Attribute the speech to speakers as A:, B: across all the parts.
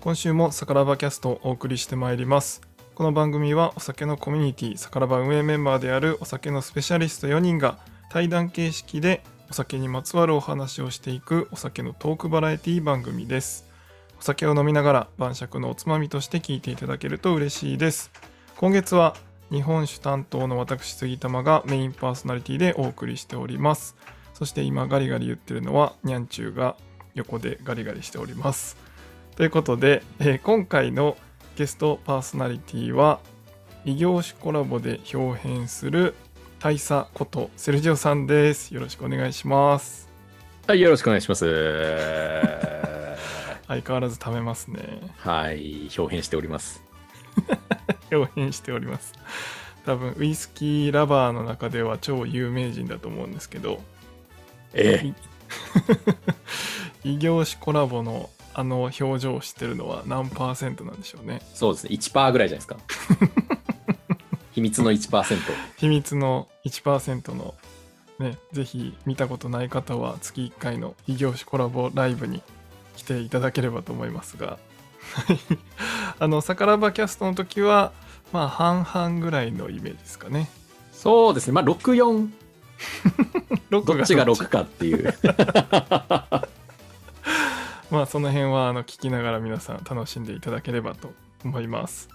A: 今週もサカラバキャストをお送りしてまいりますこの番組はお酒のコミュニティサカラバ運営メンバーであるお酒のスペシャリスト4人が対談形式でお酒にまつわるお話をしていくお酒のトークバラエティ番組ですお酒を飲みながら晩酌のおつまみとして聞いていただけると嬉しいです今月は日本酒担当の私杉玉がメインパーソナリティでお送りしておりますそして今ガリガリ言ってるのはニャンチューが横でガリガリしておりますということで、えー今回のゲストパーソナリティは異業種コラボで表変する大佐ことセルジオさんですよろしくお願いします
B: はい、よろしくお願い します。
A: 相変わらず貯めますね
B: はい、表現しております。
A: 表変しております多分ウイスキーラバーの中では超有名人だと思うんですけど
B: え
A: 異業種コラボのあの表情をしてるのは何パーセントなんでしょうね
B: そうですね、1%ぐらいじ ゃないですか。秘密の1%。
A: 秘密の1%のねぜひ見たことない方は月1回の異業種コラボライブに来ていただければと思いますが はいあの「サカラバキャスト」の時はまあ半々ぐらいのイメージですかね
B: そうですね、まあ、6、4、
A: 6
B: どっちが6かっていう。
A: まあその辺はあの聞きながら皆さん楽しんでいただければと思います。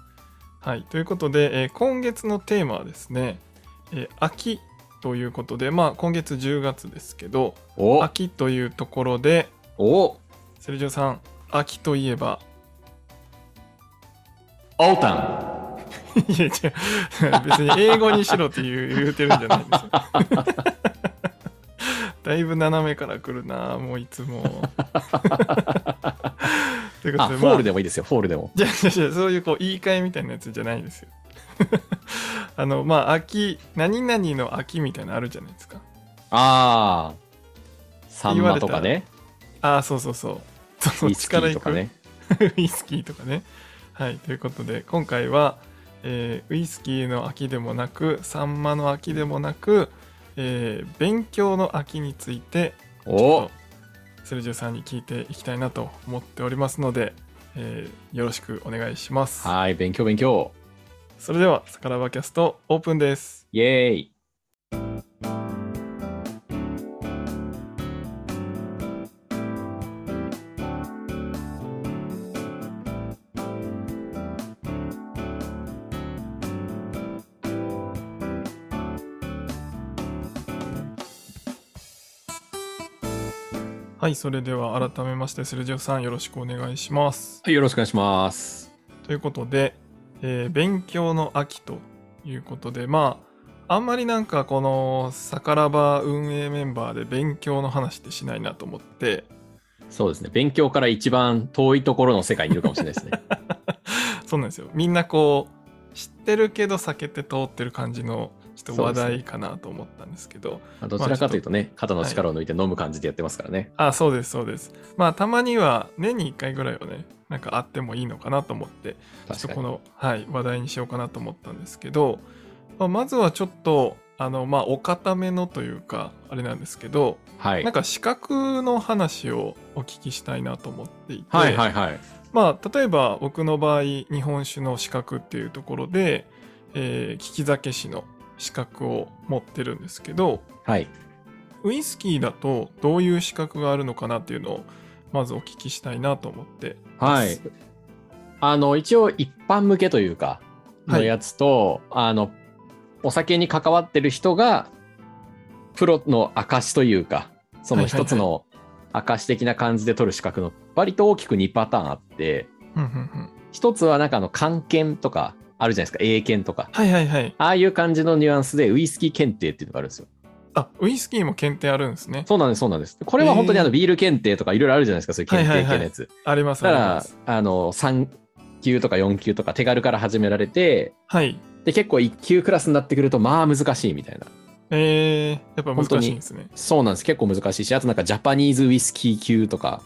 A: はい、ということで、えー今月のテーマはですね、えー秋ということで、まあ、今月10月ですけど
B: お
A: 秋というところで
B: お
A: セルジオさん秋といえば
B: オータン
A: いや違う 別に英語にしろって言う言うてるんじゃないんですよ。 だいぶ斜めから来るなもういつも。 というこ
B: あ、
A: とで、
B: フ
A: ま
B: ォ
A: あ
B: ールでもいいですよ、フォールでも。
A: じゃじゃじゃそういうこう言い換えみたいなやつじゃないんですよ。 あのまあ秋何々の秋みたいなのあるじゃないですか。
B: あー、サン
A: 言わ
B: マ
A: れた
B: とかね、
A: ああそうそうそう。そ
B: ウ
A: う
B: イスキーとかね。
A: ウイスキーとかね。はい、ということで今回は、えーウイスキーの秋でもなくサンマの秋でもなく、えー勉強の秋について
B: お
A: セルジュさんに聞いていきたいなと思っておりますので、えーよろしくお願いします。
B: はい、勉強勉強。
A: それではサカラバキャストオープンです。
B: イエーイ。
A: はい、それでは改めまして、セルジオさんよろしくお願いします。
B: はい、よろしくお願いします。
A: ということで、えー勉強の秋ということで、まあ、あんまりなんかこの、サカラバ運営メンバーで勉強の話ってしないなと思って、
B: そうですね、勉強から一番遠いところの世界にいるかもしれないですね。
A: そうなんですよ。みんなこう、知ってるけど避けて通ってる感じの、ちょっと話題かなと思ったんですけど、
B: まあどちらかというとね、肩の力を抜いて飲む感じでやってますからね。
A: あ、そうです、そうです。まあ、たまには年に1回ぐらいはね、なんかあってもいいのかなと思って、ちょっと
B: 確か
A: こ
B: に。
A: の、はい、話題にしようかなと思ったんですけど、まあまずはちょっとあの、まあ、お固めのというかあれなんですけど、
B: はい。
A: な
B: は
A: んか資格の話をお聞きしたいなと思っていて、
B: いはいはい。
A: まあ、例えば僕の場合日本酒の資格っていうところで、えー利き酒師の資格を持ってるんですけど
B: はい。
A: ウイスキーだとどういう資格があるのかなっていうのをまずお聞きしたいなと思ってま
B: は
A: す
B: い。あの、一応一般向けというか、
A: はい
B: のやつと、あの、お酒に関わってる人が、プロの証というか、その一つの証的な感じで取る資格の、割と大きく2パターンあって、
A: うんうんうん
B: 一つはなんかあの、漢検とか、あるじゃないですか、英検とか。
A: はいはいはい
B: ああいう感じのニュアンスで、ウイスキー検定っていうのがあるんですよ。
A: あウイスキーも検定あるんですね
B: そうなんです、そうなんです。これは本当にあのビール検定とかいろいろあるじゃないですか、そういう検定系のやつ。
A: ありますあ
B: だ
A: り
B: か
A: ま
B: ら
A: す。、
B: あの、3級とか4級とか手軽から始められて、
A: はい。
B: で、結構1級クラスになってくると、まあ難しいみたいな。
A: えー、やっぱ難しいんですね。
B: そうなんです、結構難しいし、あとなんかジャパニーズウイスキー級とか、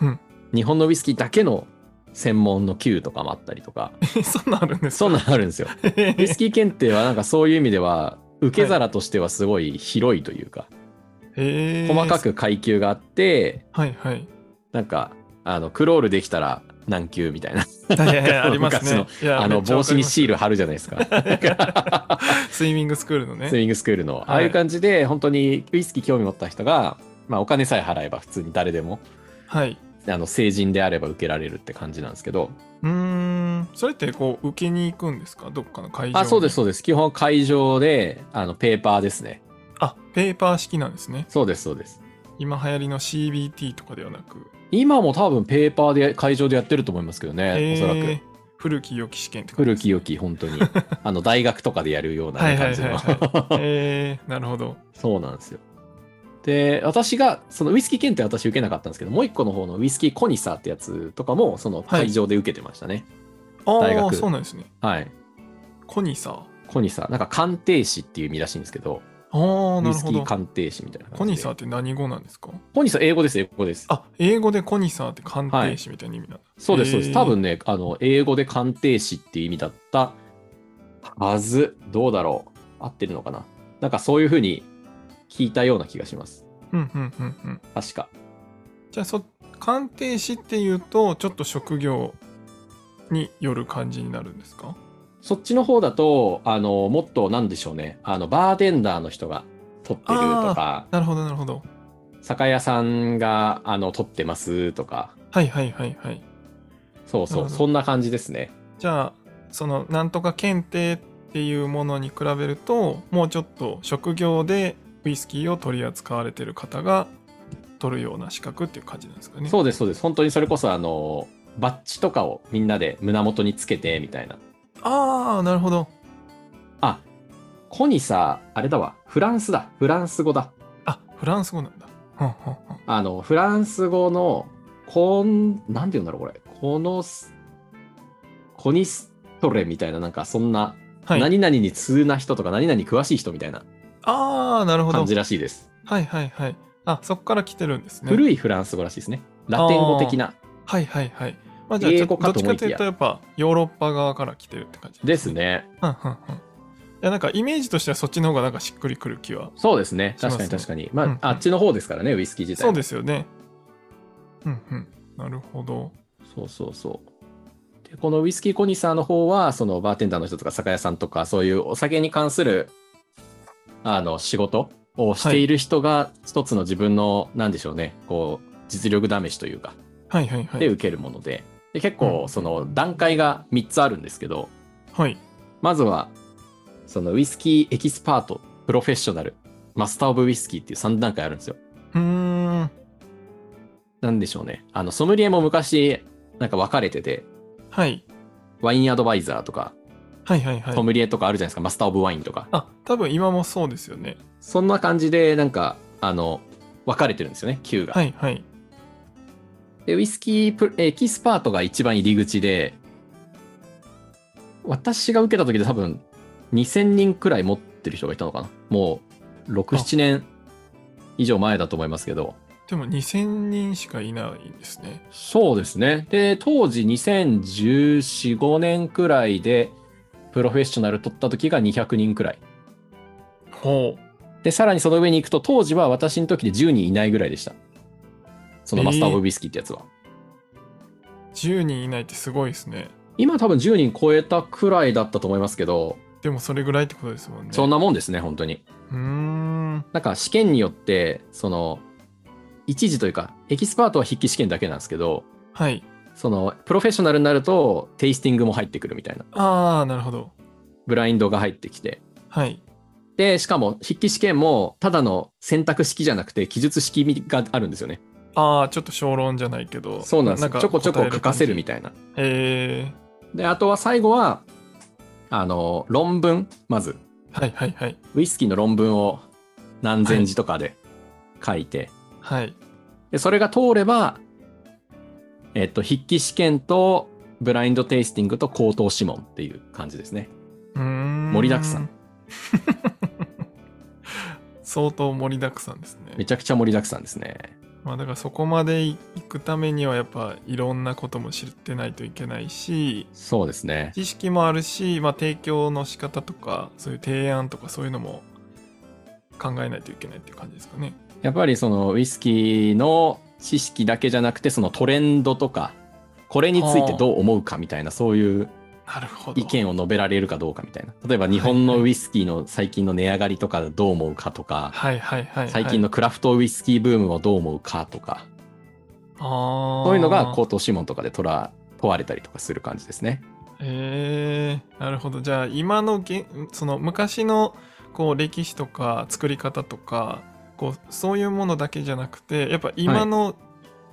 A: うん
B: 日本のウイスキーだけの専門の級とかもあったりとか、
A: そんなんあるんです
B: そんなのあるん ですよ。 ウイスキー検定はなんかそういう意味では、受け皿としてはすごい広いというか、
A: えー、
B: 細か。く階級があって、
A: はいはい。
B: なんか、あの、クロールできたら、難級みたいな。
A: いやいやあります ね。いや
B: あの、帽子にシー
A: ル。
B: ル貼るじゃないです か。
A: スイミングスクールのね
B: ス。イミングスクールの。ああいう感じで、本当にウイスキー興味持った人が、まあ、お金さえ払えば普通に誰でも、
A: はい。
B: あの、成人であれば受けられるって感じなんですけど、
A: うーん。それってこう受けに行くんですかどっかの会場に。
B: あ、そうです、。そうです。基本会場で、あの、ペーパーですね。
A: あ、ペーパー式なんですね。
B: そうです、そうです。
A: 今流行りの CBT とかではなく。
B: 今も多分ペーパーで会場でやってると思いますけどね、おそら
A: え
B: く
A: ー。古き良き試験ってこと
B: 古
A: です
B: き良き、本当に。あの、大学とかでやるような
A: は
B: ね
A: いは
B: 感
A: い
B: じ
A: はい
B: の。
A: はい。 えー、なるほど。
B: そうなんですよ。で、私が、そのウイスキー検定は私受けなかったんですけど、もう一個の方のウイスキーコニサーってやつとかも、その会場で受けてましたね。 大
A: ああ、
B: 学
A: そうなんですね。
B: はい。
A: コニサー。
B: コニサー、なんか鑑定士っていう意味らしいんですけど、
A: ああ、
B: ウ
A: な
B: イ
A: る
B: ス
A: ほ
B: キー
A: ど。
B: 鑑定士みたいな感じで。
A: コニサー
B: ー
A: って何語なんですか
B: コニサー、英語です、英語です。
A: あ、英語でコニサーって鑑定士みたいな意味なんだ。
B: そうです、そうで
A: へ
B: す。
A: ー
B: 多分ね、あの、英語で鑑定士っていう意味だったはず。どうだろう合ってるのかななんかそういうふうに聞いたような気がします。
A: うんうんうんうん。
B: 確か。
A: じゃあそ鑑定士っていうとちょっと職業による感じになるんですか
B: そっちの方だと、あの、もっとなんでしょうね。あの、バーテンダーの人が撮ってるとか、
A: なるほどなるほど
B: 酒屋さんが、あの、撮ってますとか、
A: はいはいはいはい
B: そうそ
A: な
B: う、
A: るほど
B: そんな感じですね。
A: じゃあそのなんとか検定っていうものに比べるともうちょっと職業でウイスキーを取り扱われてる方が取るような資格っていう感じなんですかね
B: そうです、そうです。本当にそれこそ、あの、バッジとかをみんなで胸元につけてみたいな。
A: ああなるほど
B: あ、コニさ、あれだわ、フランスだ、フランス語だ。
A: あフランス語なんだはんはんはん
B: あの、フランス語の、こん、なんて言うんだろう、これ。このス、コニストレみたいな、なんかそんな、
A: はい
B: 何々に通な人とか、何々に詳しい人みたいな
A: ああなるほど
B: 感じらしいです。
A: はいはいはいあそこから来てるんですね
B: 古いフランス語らしいですね。ラテン語的な。
A: はいはいはい。まあ、じゃあちょ
B: 英語
A: どっ
B: かと
A: ち
B: 思
A: か
B: い
A: と
B: きや
A: いうとやっぱヨーロッパ側から来てるって感じ
B: です。ね。
A: うんうんうん。いやなんかイメージとしてはそっちの方がなんかしっくりくる気は。
B: そうですね。
A: します
B: 確
A: ね
B: かに確かに。まあ、
A: うんうん
B: あっちの方ですからね、ウイスキー自体
A: そう
B: は
A: ですよね。うんうん。なるほど。
B: そうそうそう。で、このウイスキーコニサーの方は、そのバーテンダーの人とか酒屋さんとか、そういうお酒に関する、あの、仕事をしている人が、一つの自分の、なんでしょうね、こう、実力試しというか、
A: はいはいは
B: で
A: い。
B: 受けるもので、で結
A: う
B: 構、
A: ん
B: その、段階が3つあるんですけど、
A: はい。
B: まずは、その、ウイスキーエキスパート、プロフェッショナル、マスター・オブ・ウイスキーっていう3段階あるんですよ。
A: うーん。は
B: なんでしょうね。あの、ソムリエも昔、なんか分かれてて、
A: い。
B: ワインアドバイザーとか、
A: はいはいは
B: ソ
A: い。
B: ムリエとかあるじゃないですか、マスター・オブ・ワインとか。
A: あ、多分今もそうですよね。
B: そんな感じで、なんか、あの、分かれてるんですよね、級が。
A: はいはい。
B: で、ウイスキープエキスパートが一番入り口で、私が受けた時で多分、2000人くらい持ってる人がいたのかな。もう、6、
A: あ
B: 7年以上前だと思いますけど。
A: でも2000人しかいないんですね。
B: そうですね。で、当時2014、5年くらいで、プロフェッショナル取った時が200人くらい。
A: ほう。
B: で、さらにその上に行くと、当時は私の時で10人いないぐらいでした。そのマスター・オブ・ウイスキーってやつは。
A: 10人いないってすごいですね。
B: 今多分10人超えたくらいだったと思いますけど、
A: でもそれぐらいってことですもんね。
B: そんなもんですね、本当に。
A: うーん。
B: なんか試験によって、その、一時というか、エキスパートは筆記試験だけなんですけど、
A: はい。
B: その、プロフェッショナルになると、テイスティングも入ってくるみたいな。
A: ああ、なるほど。
B: ブラインドが入ってきて。
A: はい。
B: で、しかも筆記試験も、ただの選択式じゃなくて、記述式があるんですよね。
A: ああ、ちょっと小論じゃないけど。
B: そうなんですよ。
A: か
B: ちょこちょこ書かせるみ
A: た
B: たいな。
A: いな。え
B: で、あとは最後は、あの、論文、まず、
A: ー、はいはいはい。
B: ウイスキーの論文を何千字とかで書いて、
A: はい。
B: でそれが通れば、えっと、筆記試験と、ブラインドテイスティングと口頭諮問っていう感じですね。
A: うーん。
B: 盛りだくさん。
A: 相当盛りだくさんです
B: め
A: ね。
B: ちゃくちゃ盛りだくさんですね。
A: まあだからそこまで行くためにはやっぱいろんなことも知ってないといけないし、
B: そうですね。
A: 知識もあるし、まあ提供の仕方とか、そういう提案とかそういうのも考えないといけないっていう感じですかね。
B: やっぱりそのウイスキーの知識だけじゃなくて、そのトレンドとか、これについてどう思うかみたいな、そういう
A: なるほど。
B: 意見を述べられるかどうかみたいな。例えば日本のウイスキーの最近の値上がりとかどう思うかとか、
A: はいはいはいはい。
B: 最近のクラフトウイスキーブームをどう思うかとか、
A: あー
B: そういうのが口頭諮問とかで問ら問われたりとかする感じですね。
A: えー、なるほどじゃあ今のげその昔のこう歴史とか作り方とかこうそういうものだけじゃなくてやっぱ今の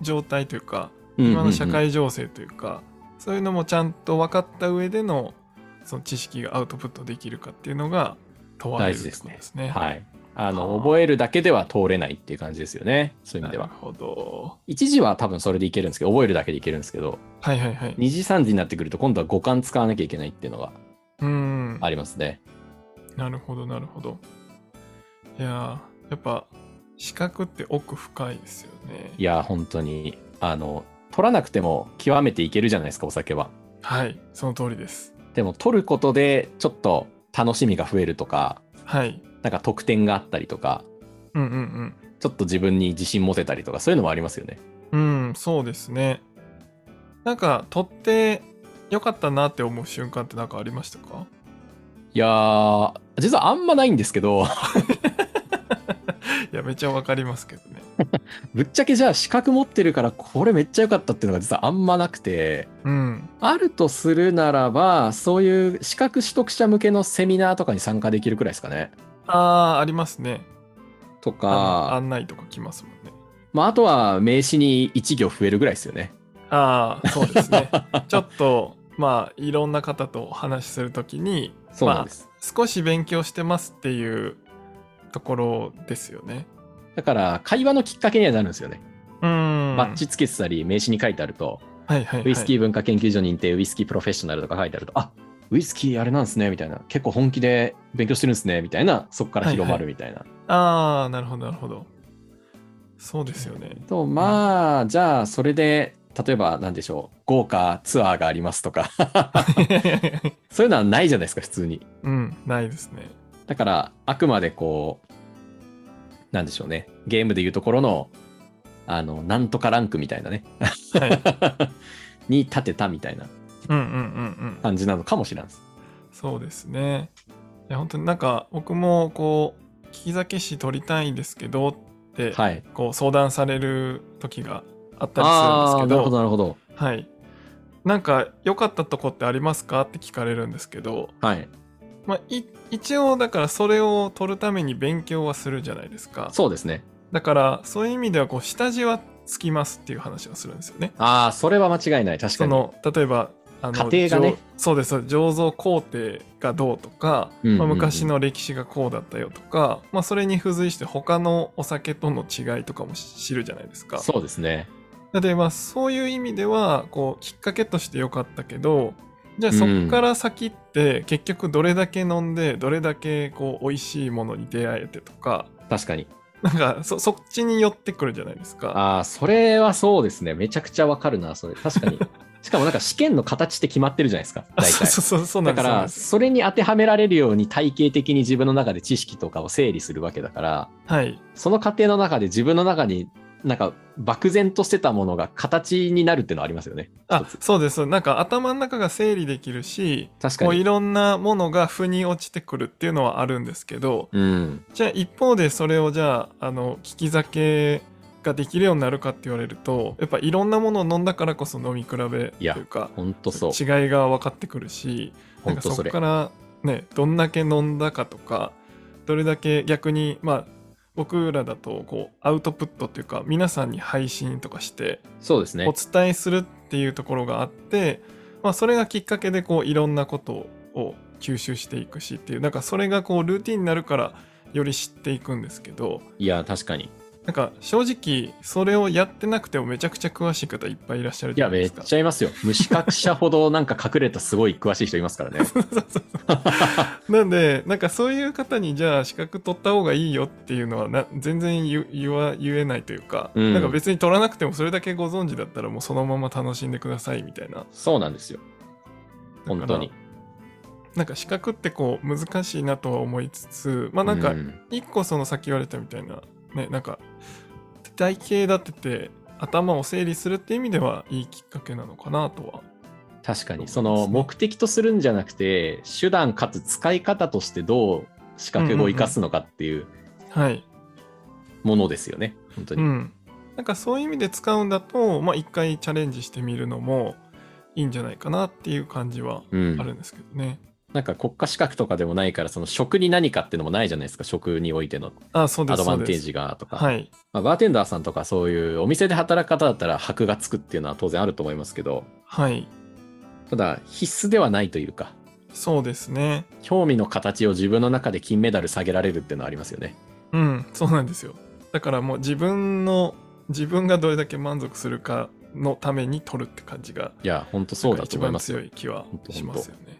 A: 状態というか、今の社
B: うんうんうん
A: 会情勢というか、そういうのもちゃんと分かった上でのその知識がアウトプットできるかっていうのが問われ
B: 大
A: るっ
B: 事
A: て
B: で
A: こ
B: す
A: と
B: ね
A: ですね。
B: はい。あ
A: は
B: の、
A: あ
B: 覚えるだけでは通れないっていう感じですよね。そういう
A: な
B: 意味
A: る
B: では。
A: ほど。
B: 一時は多分それでいけるんですけど、覚えるだけでいけるんですけど、
A: はいはいはい。
B: 二次三次になってくると今度は五感使わなきゃいけないっていうのが
A: うん。
B: ありますね。
A: なるほどなるほど。いやーやっぱ資格って奥深いですよね。
B: いや、本当に、あの、取らなくても極めていけるじゃないですか、お酒は。
A: はい、その通りです。
B: でも取ることでちょっと楽しみが増えるとか、
A: はい。
B: なんか得点があったりとか、
A: うんうん
B: ちょっと自分に自信持てたりとか、そういうのもありますよね。
A: うん。うん、そうですね。なんか、取ってよかったなって思う瞬間ってなんかありましたか
B: いやー、実はあんまないんですけど、
A: いや、めっちゃわかりますけどね。
B: ぶっちゃけじゃあ資格持ってるからこれめっちゃ良かったっていうのが実はあんまなくて、
A: うん。
B: あるとするならば、そういう資格取得者向けのセミナーとかに参加できるくらいですかね。
A: あー、ありますね。
B: と
A: あの
B: か、
A: 案内とか来ますもんね。
B: まあ、あとは名刺に1行増えるぐらいですよね。
A: あー、そうです ね。ちょっと、まあ、いろんな方とお話しするときに、
B: そうなんです。
A: 少し勉強してますっていうところですよね。
B: だから、会話のきっかけにはなるんですよね。
A: うん。
B: バッチつけてたり、名刺に書いてあると、
A: はいはい、はい。
B: ウイスキー文化研究所認定、ウイスキープロフェッショナルとか書いてあると、あウイスキーあれなんですね、みたいな。結構本気で勉強してるんですね、みたいな。そこから広まるみたいな。
A: ああ、なるほど、なるほど。そうですよ ね。
B: と、まあ、じゃあ、それで、例えば、なんでしょう、豪華ツアーがありますとか、 そういうのはないじゃないですか、普通に。
A: うん、ないですね。
B: だから、あくまでこう、なんでしょうね、ゲームでいうところの、あの、なんとかランクみたいなね、
A: はい。
B: に立てたみたいな
A: うんうんうんうん。
B: 感じなのかもしれんす。
A: そうですね。いや、本当になんか、僕も、こう、聞き酒師取りたいんですけどって、
B: はい。
A: こう、相談される時があったり
B: あ
A: す
B: あ
A: る
B: ー、
A: ん
B: な
A: ですけ
B: るほ
A: ど、
B: ど、なるほど。
A: はい。なんか、良かったとこってありますかって聞かれるんですけど、
B: はい。
A: まあ、い一応、だから、それを取るために勉強はするじゃないですか。
B: そうですね。
A: だから、そういう意味では、こう、下地はつきますっていう話をするんですよね。
B: ああ、それは間違いない。確か
A: そ
B: に。
A: の例えばあの
B: 家庭がね
A: 醸そうですそうです醸造工程がどうとか、
B: うんうんうん
A: まあ、昔の歴史がこうだったよとか、まあ、それに付随して他のお酒との違いとかも知るじゃないですか
B: そうですね。
A: なのでまあそういう意味ではこうきっかけとして良かったけどじゃあそこから先って結局どれだけ飲んでどれだけこう美味しいものに出会えてとか
B: 確かに。
A: なんかそそっちに寄ってくるじゃないですか
B: ああ、それはそうですね。めちゃくちゃわかるな、それ。確 かに。しかもなんか試験の形って決まってるじゃないですか、大
A: そうそ
B: 体。
A: うそうそうな
B: だ
A: んですそ
B: か
A: うなん
B: ら、
A: です
B: それに当てはめられるように体系的に自分の中で知識とかを整理するわけだから、
A: はい
B: その過程の中で自分の中になんか漠然としてたものが形になるっていうのはありますよね。
A: あ
B: 一つ
A: そうですなんか頭の中が整理できるし
B: 確か
A: こうい
B: に。
A: ろんなものが腑に落ちてくるっていうのはあるんですけど
B: うん。
A: じゃあ一方でそれをじゃああの聞き酒ができるようになるかって言われるとやっぱいろんなものを飲んだからこそ飲み比べと
B: いや
A: いうか
B: ほんとそう。
A: 違いが分かってくるしな
B: ほ
A: ん
B: ん
A: か
B: と
A: そ
B: そ
A: こ
B: れ
A: か。らねどんだけ飲んだかとかどれだけ逆にまあ僕らだとこうアウトプットっていうか皆さんに配信とかして
B: そうですね
A: お。伝えするっていうところがあって、まあ、それがきっかけでこういろんなことを吸収していくしっていうなんかそれがこうルーティンになるからより知っていくんですけど
B: いや、確かに。
A: なんか正直それをやってなくてもめちゃくちゃ詳しい方いっぱいいらっしゃる
B: い
A: じゃ
B: や、
A: ない
B: め
A: で
B: っ
A: すか。
B: ちゃいますよ。無資格者ほどなんか隠れたすごい詳しい人いますから ね。
A: そうそうそうなんでなんかそういう方にじゃあ資格取った方がいいよっていうのはな全然言う言わ言えないというか、
B: うん
A: なんか別に取らなくてもそれだけご存知だったらもうそのまま楽しんでくださいみたいな
B: そうなんですよ。本当に。
A: なんか資格ってこう難しいなとは思いつつまあなん
B: う
A: か一個そのさっき言われたみたいなねなんか体型立てて頭を整理するって意味ではいいきっかけなのかなとは。
B: 確か
A: そう
B: に、
A: ですね
B: その目的とするんじゃなくて、手段かつ使い方としてどう資格を生かすのかっていう
A: はい。
B: ものですよね、本当
A: う
B: に。
A: ん。なんかそういう意味で使うんだと、まあ一回チャレンジしてみるのもいいんじゃないかなっていう感じは
B: うん
A: あるんですけどね。
B: なんか国家資格とかでもないから、その職に何かっていうのもないじゃないですか、職においての
A: あ、そうで
B: ア
A: す。
B: ドバンテー
A: そう
B: ジがと
A: で
B: か。
A: す。はい。
B: まあ、バーテンダーさんとかそういうお店で働く方だったら箔がつくっていうのは当然あると思いますけど、
A: はい。
B: ただ必須ではないというか、
A: そうですね。
B: 興味の形を自分の中で金メダル下げられるっていうのはありますよね。
A: うん、そうなんですよ。だからもう自分の、自分がどれだけ満足するかのために取るって感じが、
B: いや、本当そうだと思います
A: 一番
B: よ。
A: 強い気は
B: ほんとほんと
A: しますよね。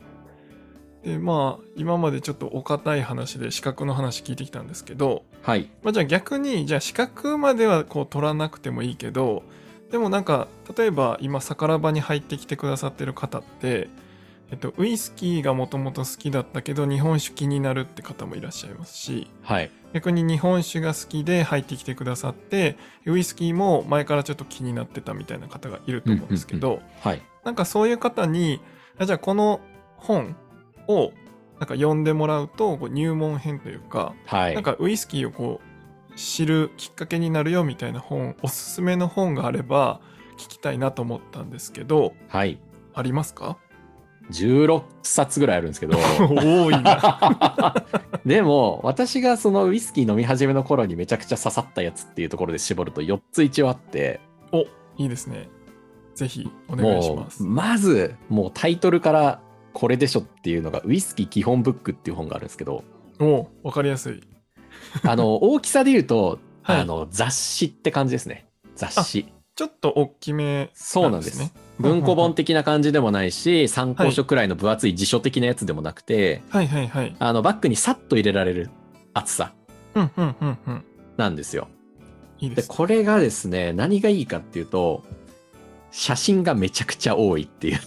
A: で、まあ、今までちょっとお堅い話で資格の話聞いてきたんですけど、
B: はい。
A: まあ、じゃあ逆に、じゃあ資格まではこう取らなくてもいいけど、でもなんか、例えば今、酒場に入ってきてくださってる方って、えっと、ウイスキーがもともと好きだったけど、日本酒気になるって方もいらっしゃいますし、
B: はい。
A: 逆に日本酒が好きで入ってきてくださってウイスキーも前からちょっと気になってたみたいな方がいると思うんですけど、
B: はい。
A: なんかそういう方にあじゃあこの本をなんか読んでもらうとこう入門編というか、
B: はい。
A: なんかウイスキーをこう知るきっかけになるよみたいな本おすすめの本があれば聞きたいなと思ったんですけど
B: はい。
A: ありますか
B: 16冊ぐらいあるんですけど。
A: 多いな
B: でも、私がそのウイスキー飲み始めの頃にめちゃくちゃ刺さったやつっていうところで絞ると4つ一応あって、
A: おいいですねぜひお願いし
B: も
A: ます
B: う、まず、もうタイトルからこれでしょっていうのが、ウイスキー基本ブックっていう本があるんですけ ど、
A: おわかりやすい
B: あの、大きさで言うと、
A: はい
B: あの、雑誌って感じですね。雑誌。
A: ちょっと大きめ
B: そうなんです。
A: ね。
B: 文庫本的な感じでもないし、参考書くらいの分厚い辞書的なやつでもなくて、
A: はいはいはい。
B: あの、バッグにさっと入れられる厚さ
A: うんうんうんうん。
B: なんですよ。
A: いいで
B: で、
A: す。
B: これがですね、何がいいかっていうと、写真がめちゃくちゃ多いって いう。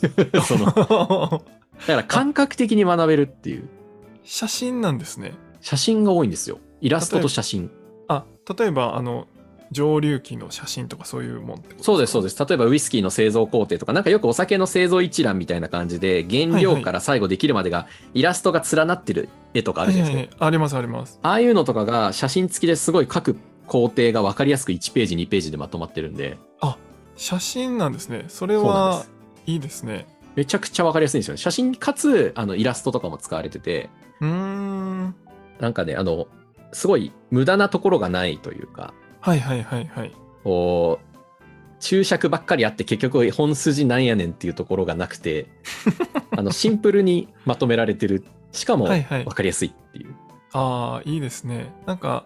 B: その、だから感覚的に学べるっていう。
A: 写真なんですね。
B: 写真が多いんですよ。イラストと写真。
A: あ、例えばあの蒸留機の写真とかそういうもんってこと
B: そうです、そう
A: で
B: です。例えばウイスキーの製造工程とか、なんかよくお酒の製造一覧みたいな感じで、原料から最後できるまでがイラストが連なってる絵とかあるじゃないですか。
A: すか。ありますあります。
B: ああいうのとかが写真付きですごい各工程が分かりやすく1ページ、2ページでまとまってるんで、
A: 写真なんですね。それ
B: そうなんで
A: は
B: す。
A: いいですね。
B: めちゃくちゃ分かりやすいんですよね。写真かつ、あの、イラストとかも使われてて、
A: うーん。
B: なんかね、あの、すごい無駄なところがないというか、
A: はいはいはいはい。
B: こう、注釈ばっかりあって結局本筋なんやねんっていうところがな くて、あの、シンプルにまとめられてる。しかも、
A: はい
B: 分
A: はい
B: かりやすいっていう。
A: ああ、いいですね。なんか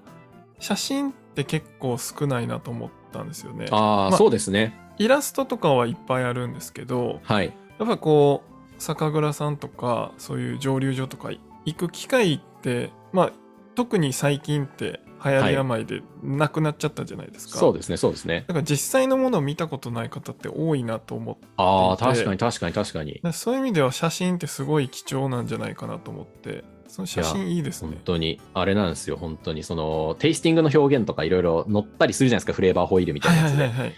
A: 写真って結構少ないなと思ったんですよね。
B: ああ、
A: まあ
B: そうですね。
A: イラストとかはいっぱいあるんですけど、
B: はい。
A: やっぱこう酒蔵さんとかそういう蒸留所とか行く機会ってまあ特に最近って流行り病でなくなっちゃったじゃないですか、
B: そうですね、そうですね。
A: だから実際のものを見たことない方って多いなと思ってだか
B: ああ、
A: でいて
B: 確かに確かに確かに。
A: らそういう意味では写真ってすごい貴重なんじゃないかなと思ってその写真いいです
B: 本
A: ね
B: 当に、あれなんですよ、本当に。その、テイスティングの表現とかいろいろ載ったりするじゃないですか、フレーバーホイールみた
A: はいい
B: な
A: は
B: やつ
A: い
B: で。
A: はいはい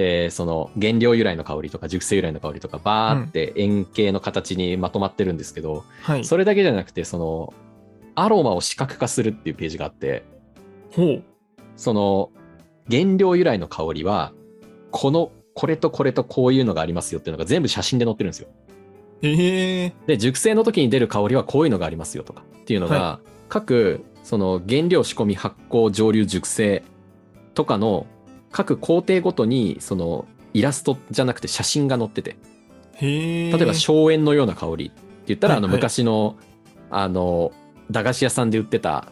B: えーその、原料由来の香りとか、熟成由来の香りとか、バーって円形の形にまとまってるんですけど、
A: はい
B: それだけじゃなくて、その、アロマを視覚化するっていうページがあって、
A: ほう
B: その、原料由来の香りは、この、これとこれとこういうのがありますよっていうのが全部写真で載ってるんですよ。
A: ええ
B: で、熟成の時に出る香りはこういうのがありますよとかっていうのが、
A: は
B: 各、その原料仕込み発酵蒸留熟成とかの各工程ごとに、そのイラストじゃなくて写真が載ってて、
A: へえ
B: 例えば荘園のような香りって言ったら、
A: はい
B: あの
A: はい
B: 昔の、あの、駄菓子屋さんで売ってた、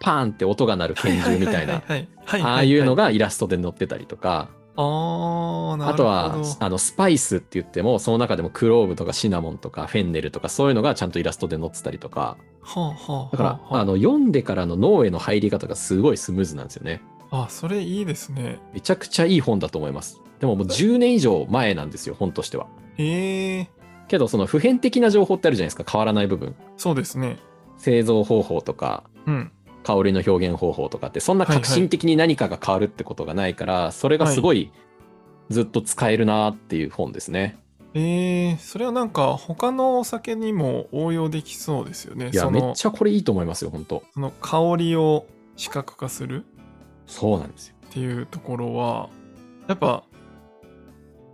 B: パーンって音が鳴る拳銃みたいな、
A: はいはいははは
B: ああいうのがイラストで載ってたりとか、
A: ああなるほど
B: あとは、あの、スパイスって言っても、その中でもクローブとかシナモンとかフェンネルとか、そういうのがちゃんとイラストで載ってたりとか、
A: はあはあはあ
B: だから、あの、読んでからの脳への入り方がすごいスムーズなんですよね。
A: あそれいいですね
B: めちゃくちゃいい本だと思います。でももう10年以上前なんですよ、本としては。
A: ええ
B: けど、その普遍的な情報ってあるじゃないですか、変わらない部分。
A: そうですね
B: 製造方法とか、
A: うん
B: 香りの表現方法とかって、そんな革新的に何かが変わるってことがないから、それがすごいずっと使えるなっていう本ですね。
A: えー、それはなんか他のお酒にも応用できそうですよね。
B: いや、
A: そ
B: め
A: の
B: っちゃこれいいと思いますよ、本当
A: その香りを視覚化する
B: そうなんですよ。
A: っていうところは、やっぱ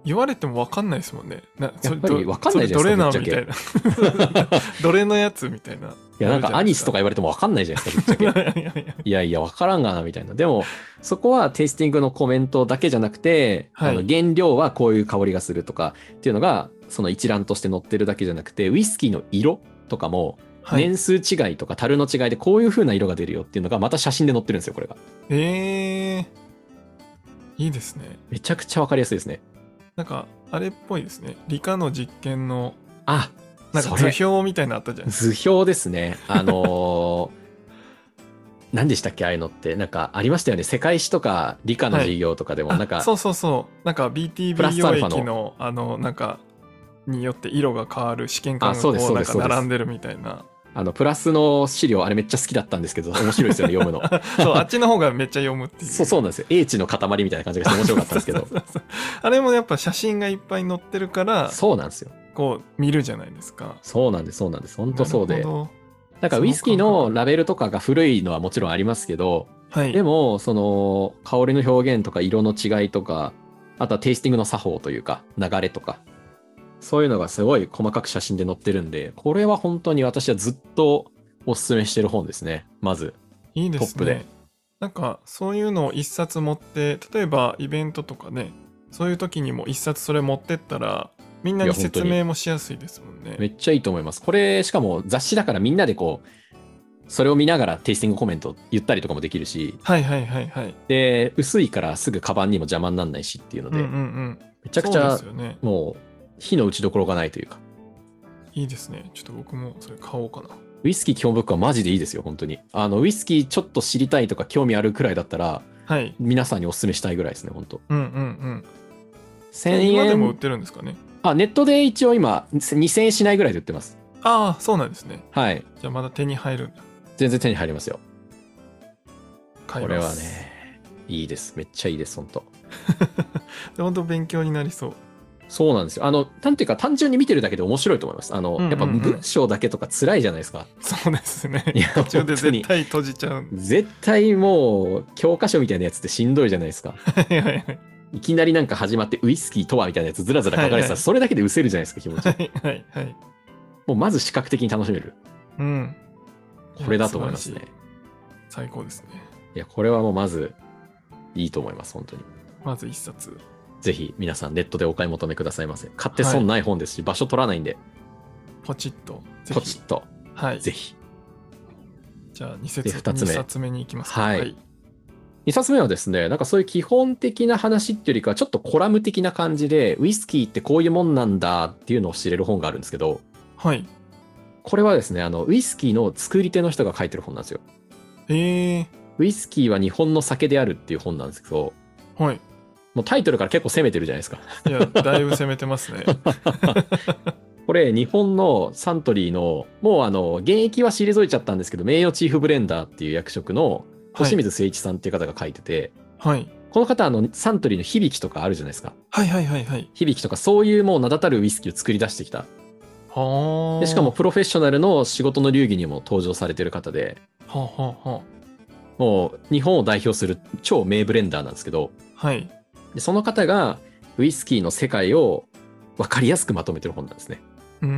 A: 言われても分かんないですもんね。なそれ
B: やっぱり
A: ど
B: 分かんないじゃないですか
A: それどれなみたいな。 どれのやつみたいな。
B: いや、なんかアニスとか
A: や
B: 言われても分かんないじゃないですか、ぶっち
A: い
B: ゃ
A: や
B: け。
A: いやいや。
B: いやいや、分からんがな、みたいな。でも、そこはテイスティングのコメントだけじゃなくて、
A: はい
B: あの原料はこういう香りがするとかっていうのが、その一覧として載ってるだけじゃなくて、ウイスキーの色とかも、
A: はい
B: 年数違いとか樽の違いでこういう風な色が出るよっていうのが、また写真で載ってるんですよ、これが。
A: えー、いいですね。
B: めちゃくちゃ分かりやすいですね。
A: なんかあれっぽいですね。理科の実験の
B: あ、
A: なんか
B: そ
A: 図
B: れ
A: 表みたいなのあったじゃないですか。
B: 図表で すね。あのー何でしたっけああいうのってなんかありましたよね世界史とか理科の授業とかでも
A: あ
B: なんか
A: そうそうそうなんか BTB
B: プラスア
A: 溶
B: ルファの
A: 液のあのなんかによって色が変わる試験管
B: あ
A: がこ
B: そうです
A: う
B: そう
A: なん
B: です
A: か並んでるみたいな
B: あのプラスの資料あれめっちゃ好きだったんです けど面白いですよね読むの
A: そうあっちの方がめっちゃ読むっていう
B: そうそうなんですよ英知の塊みたいな感じがして面白かったんですけ
A: そ
B: ど
A: うそうそうあれもやっぱ写真がいっぱい載ってるから
B: そうなんですよ
A: こう見るじゃないですか
B: そうなんですそうなんです本当そう
A: な
B: で
A: るほ
B: なんかウイスキーのラベルとかが古いのはもちろんありますけど
A: どはい
B: でもその香りの表現とか色の違いとかあとはテイスティングの作法というか流れとかそういうのがすごい細かく写真で載ってるんでこれは本当に私はずっとおすすめしてる本ですねまず
A: いいです
B: トップ
A: ね
B: で
A: なんかそういうのを一冊持って例えばイベントとかねそういう時にも一冊それ持ってったらみんないに
B: や本当
A: 説
B: に
A: 明もしやすいですもんね
B: めっちゃいいと思います。これ、しかも雑誌だからみんなでこう、それを見ながらテイスティングコメント言ったりとかもできるし、
A: はいはいはいはい
B: で、薄いからすぐカバンにも邪魔にならないしっていうの
A: うんう
B: で、
A: んうん
B: めちゃくちゃ
A: そうですよね
B: もう、火の打ちどころがないというか、
A: いいですねちょっと僕もそれ買おうかな
B: ウイスキー基本ブックはマジでいいですよ、本当に。あの、ウイスキーちょっと知りたいとか興味あるくらいだったら、
A: はい
B: 皆さんにお勧めしたいぐらいですね、本当
A: うんうん
B: 1000
A: うん
B: 円。
A: 今でも売ってるんですかね
B: あ、ネットで一応今、2000円しないぐらいで売ってます。
A: ああそうなんですね
B: はい。
A: じゃあまだ手に入るんだ
B: 全然手に入りますよ。
A: 買い
B: こ
A: ます
B: れはね、いいです。めっちゃいいです、本当
A: で本当勉強になりそう
B: そうなんですよ。あの、なんていうか、単純に見てるだけで面白いと思います。あの、
A: うんうんうん
B: やっぱ文章だけとか辛いじゃないですか。
A: そうですね
B: いや、
A: 途中で
B: 本当
A: 絶
B: に。
A: 対閉じちゃうんで
B: 絶対もう、教科書みたいなやつってしんどいじゃないですか。
A: はいはいはい
B: いきなりなんか始まって、ウイスキーとはみたいなやつずらずら書かれ
A: は
B: て
A: い
B: た
A: は
B: ら、
A: い
B: それだけで失せるじゃないですか、気持ち。
A: はいはいはい
B: もう、まず視覚的に楽しめる。
A: うん
B: これだと思いますね
A: 素晴。らしい最高ですね
B: いや、これはもうまず、いいと思います、本当に。
A: まず一冊
B: ぜひ、皆さん、ネットでお買い求めくださいませ。買って損ない本ですし、場所取らないんで、
A: ポチッとぜ
B: ポチ
A: ひ
B: ッと、
A: はい
B: ぜひ。
A: じゃあ二冊
B: で二つ目
A: 二冊目に行きますか
B: はい2冊目はですね、なんかそういう基本的な話っていうよりかは、ちょっとコラム的な感じで、ウイスキーってこういうもんなんだっていうのを知れる本があるんですけど、
A: はい
B: これはですね、あのウイスキーの作り手の人が書いてる本なんですよ。
A: えー
B: ウイスキーは日本の酒であるっていう本なんですけど、
A: はい
B: もうタイトルから結構攻めてるじゃないですか。
A: いやだいぶ攻めてます ね
B: これ、日本のサントリーの、もうあの、現役は退いちゃったんですけど、名誉チーフブレンダーっていう役職の、
A: はい
B: 星水誠一さんっていう方が書いてて、
A: はい
B: この方、あの、サントリーの響きとかあるじゃないですか。
A: はいはいはいはい
B: 響きとか、そういうもう名だたるウイスキーを作り出してきた
A: はあ
B: でしかもプロフェッショナルの仕事の流儀にも登場されてる方で
A: はあはあは
B: もう日本を代表する超名ブレンダーなんですけど
A: あはい
B: でその方がウイスキーの世界を分かりやすくまとめてる本なんですね
A: うー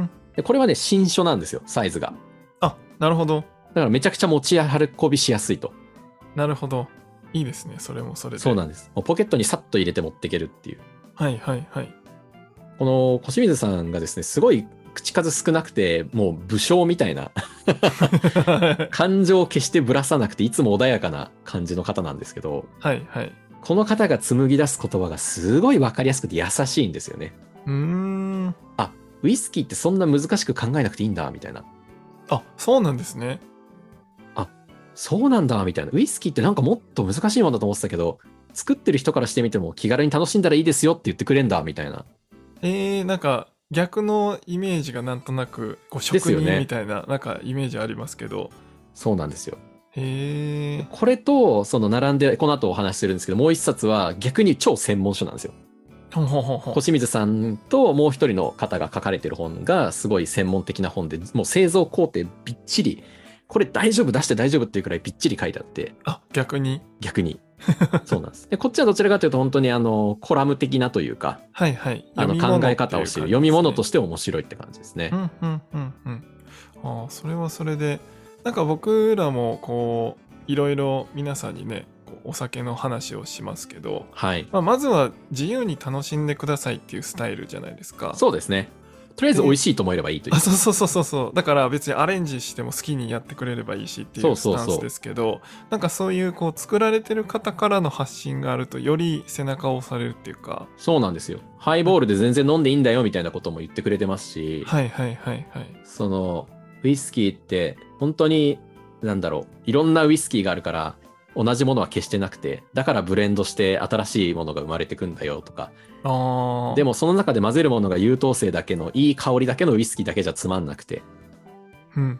A: ん
B: でこれはね新書なんですよサイズが
A: あなるほど
B: だからめちゃくちゃ持ち運びしやすいと
A: なるほどいいですねそれもそれで
B: そうなんですもうポケットにさっと入れて持っていけるっていう
A: はいはいはい
B: この小清水さんがですねすごい口数少なくてもう武将みたいな 感情を決してぶらさなくていつも穏やかな感じの方なんですけど
A: はいはい
B: この方が紡ぎ出す言葉がすごい分かりやすくて優しいんですよね。
A: うーん
B: ウイスキーってそんな難しく考えなくていいんだ、みたいな。
A: あそうなんですね
B: そうなんだ、みたいな。ウイスキーってなんかもっと難しいもんだと思ってたけど、作ってる人からしてみても気軽に楽しんだらいいですよって言ってくれんだ、みたいな。
A: えー、なんか逆のイメージがなんとなくこう
B: で
A: 職
B: すよね
A: 人みたいななんかイメージありますけど
B: そうなんですよ。
A: へえ。
B: これと、その並んで、この後お話しするんですけど、もう一冊は逆に超専門書なんですよ。
A: ほんほんほんほん。
B: 小清水さんともう一人の方が書かれてる本がすごい専門的な本で、もう製造工程びっちり、これ大丈夫出して大丈夫っていうくらいびっちり書いてあって、
A: あ、逆に。
B: 逆に。そうなんです。で、こっちはどちらかというと本当にあの、コラム的なとい うか、
A: はいはい。
B: あの考え方を知る、読み物と
A: し
B: して面白いって感じですね
A: う。んうんうんうん。ああ、それはそれで、なんか僕らもこう、いろいろ皆さんにね、こうお酒の話をしますけど、
B: はい。
A: まあ、まずは自由に楽しんでくださいっていうスタイルじゃないですか。
B: そうですね。とりあえず美味しいと思えればいいという
A: あ。そうそうそうそうそうだから別にアレンジしても好きにやってくれればいいしってい
B: そううそ
A: ス
B: う
A: タ
B: そう
A: ンスですけどなんかそういうこう作られてる方からの発信があるとより背中を押されるっていうか
B: そうなんですよ。ハイボールで全然飲んでいいんだよみたいなことも言ってくれてますし、
A: はいはいはいはい
B: その、ウイスキーって本当に、なんだろう、いろんなウイスキーがあるから、同じものは決してなくて、だからブレンドして新しいものが生まれてくんだよとか、
A: ああ
B: でもその中で混ぜるものが優等生だけのいい香りだけのウイスキーだけじゃつまんなくて、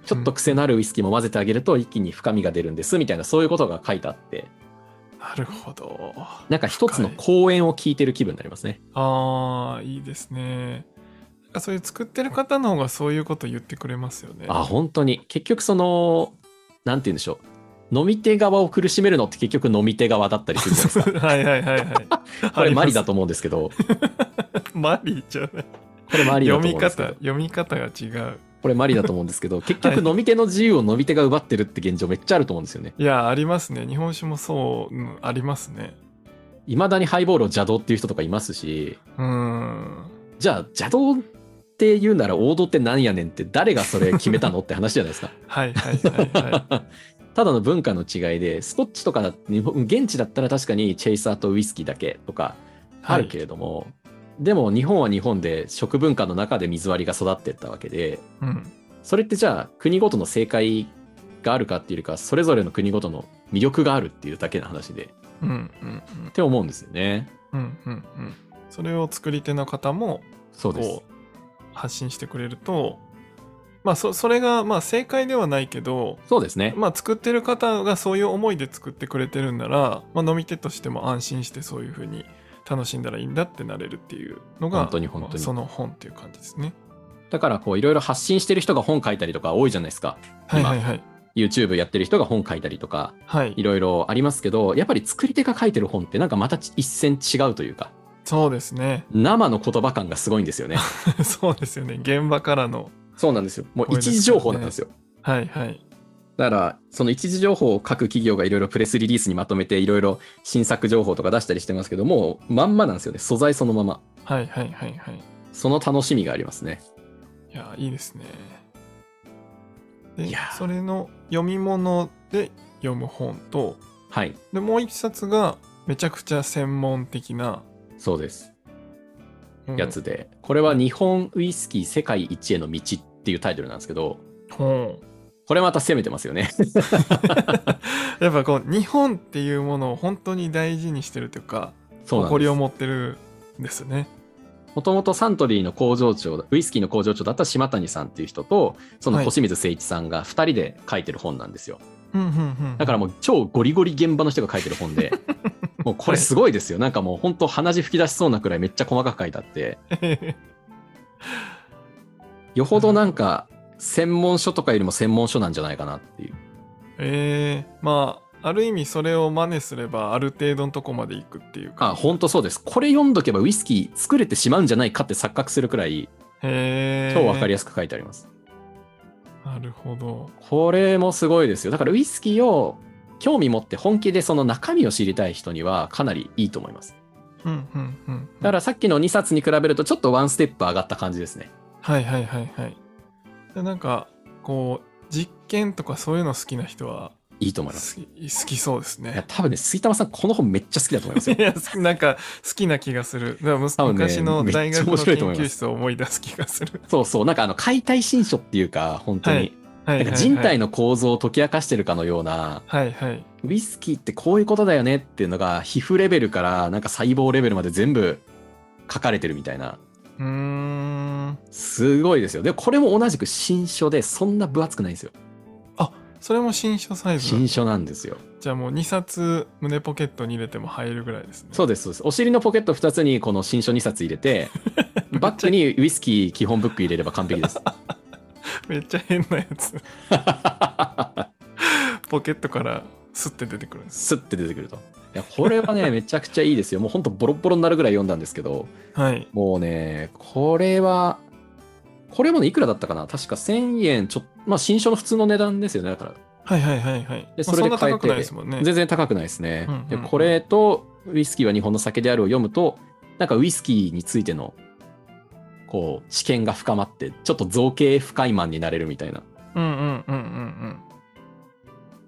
B: ちょっと癖のあるウイスキーも混ぜてあげると一気に深みが出るんですみたいなそういうことが書いてあって、
A: なるほどあ
B: なんか一つの講演を聞いてる気分になりますね。
A: あーいいですねなんかそういう作ってる方の方がそういうこと言ってくれますよね
B: あ、本当に。結局その、なんて言うんでしょう。飲み手側を苦しめるのって結局飲み手側だったりするじ ゃないですか。
A: はいはいはいはい
B: これマリだ
A: と
B: と思うんですけど、
A: マリじゃない
B: これマリだと
A: 読
B: 思う
A: み
B: んですけ
A: 方
B: ど、
A: 読み方が違う
B: これマリだと思うんです けど、結
A: はい
B: 局飲み手の自由を飲み手が奪ってるって現状めっちゃあると思うんですよね。
A: いやありますね日本酒もそう、うん、ありますね
B: いまだにハイボールを邪道っていう人とかいますし、
A: うーん。
B: じゃあ邪道って言うなら王道ってなんやねんって誰がそれ決めたのって話じゃないですか。
A: はいはいはいはい。
B: ただの文化の違いで、スコッチとかだ日本現地だったら確かにチェイサーとウイスキーだけとか あるけれども、でも日本は日本で食文化の中で水割りが育ってったわけで、
A: うん。
B: それってじゃあ国ごとの正解があるかっていうよりか、それぞれの国ごとの魅力があるっていうだけの話で、っ
A: うんうんうん
B: て思うんですよね。
A: うんうんうん。それを作り手の方も
B: そうです
A: こ。う発信してくれると、まあそそれがまあ正解ではないけど、
B: そうですね。
A: まあ作ってる方がそういう思いで作ってくれてるんなら、まあ飲み手としても安心してそういうふうに楽しんだらいいんだってなれるっていうのが、
B: 本当に本当に
A: まあその本っていう感じですね。
B: だからこういろいろ発信してる人が本書いたりとか多いじゃないですか。
A: はいはいはい。
B: YouTube やってる人が本書いたりとか、
A: はい
B: い。ろいろありますけど、やっぱり作り手が書いてる本ってなんかまた一線違うというか、
A: そうですね。
B: 生の言葉感がすごいんですよね。
A: そうですよね。現場からの。
B: そうなんですよ。もう
A: これです
B: 一
A: よね
B: 時情報なんですよ。
A: はいはい。
B: だから、その一時情報を各企業がいろいろプレスリリースにまとめて、いろいろ新作情報とか出したりしてますけど、もうまんまなんですよね。素材そのまま。
A: はいはいはいはい。
B: その楽しみがありますね。
A: いやいいですね。で
B: いや
A: それの読み物で読む本と
B: はい。
A: でもう一冊がめちゃくちゃ専門的な、
B: そうです。
A: うん
B: やつで。これは日本ウイスキー世界一への道っていうタイトルなんですけど、
A: 本
B: これまた攻めてますよね。
A: やっぱこう日本っていうものを本当に大事にしてるというか
B: そうなん
A: 誇
B: で
A: り
B: す
A: を。持ってるんですね。
B: もともとサントリーの工場長、ウイスキーの工場長だった島谷さんっていう人と、その
A: はい
B: 小清水誠一さんが2人で書いてる本なんですよ。
A: うんうんうん
B: だからもう超ゴリゴリ現場の人が書いてる本で、もうこれすごいですよ。なんかもう本当鼻血吹き出しそうなくらいめっちゃ細かく書いてあって、よほどなんか専門書とかよりも専門書なんじゃないかなっていう。
A: えー、まあある意味それを真似すればある程度のとこまでいくっていう
B: あ、
A: か。
B: 本当そうです。これ読んどけばウイスキー作れてしまうんじゃないかって錯覚するくらい、
A: へえ。
B: 超わか
A: や
B: りやすく書いてあります。
A: すなるほど。
B: これもすごいですよ。だからウイスキーを興味持って本気でその中身を知りたい人にはかなりいいと思います。
A: うんうんうん。
B: だからさっきの2冊に比べるとちょっとワンステップ上がった感じですね。
A: はいはいはいはい。でなんかこう実験とかそういうの好きな人はい
B: いと思
A: 好
B: います。
A: き好きそうです
B: いや
A: ね。
B: 多分ね、杉玉さんこの本めっちゃ好きだと思います よ
A: い。や好きなんか好きな気がする。でもむ
B: 多分ね
A: 昔の大学の
B: めっちゃ面白
A: 研
B: いと思います
A: 究室を思い出す気がする。
B: そうそう、なんかあの解体新書っていうか、本当に、
A: はいはい
B: なんか人体の構造を解き明かしてるかのような、
A: はいはい。
B: ウイスキーってこういうことだよねっていうのが、皮膚レベルからなんか細胞レベルまで全部書かれてるみたいな。
A: うーん。
B: すごいですよ。で、これも同じく新書で、そんな分厚くないんですよ。
A: それも新書サイズ
B: 新書なんですよ。
A: じゃあもう2冊胸ポケットに入れても入るぐらいですね
B: そうです、そうです。お尻のポケット2つにこの新書2冊入れ て、バッグにウイスキー基本ブック入れれば完璧です。
A: めっちゃ変なや つポケットからスッて出てくるんです
B: スッて出てくると。いや、これ はね、めちゃくちゃいいですよ。もうほんとボロボロになるぐらい読んだんですけど、
A: はい
B: もうね、これは、これもね、いくらだったかな確か1000円ちょっと、まあ新書の普通の値段ですよね。だから、
A: はいはいはいはい
B: で
A: まあ
B: それで
A: んな高くないですもんね
B: 全然高くないですね。
A: うんうんうん
B: でこれと、ウイスキーは日本の酒であるを読むと、なんかウイスキーについての、こう、知見が深まって、ちょっと造形不快マンになれるみたいな、
A: うんうんうんうんうん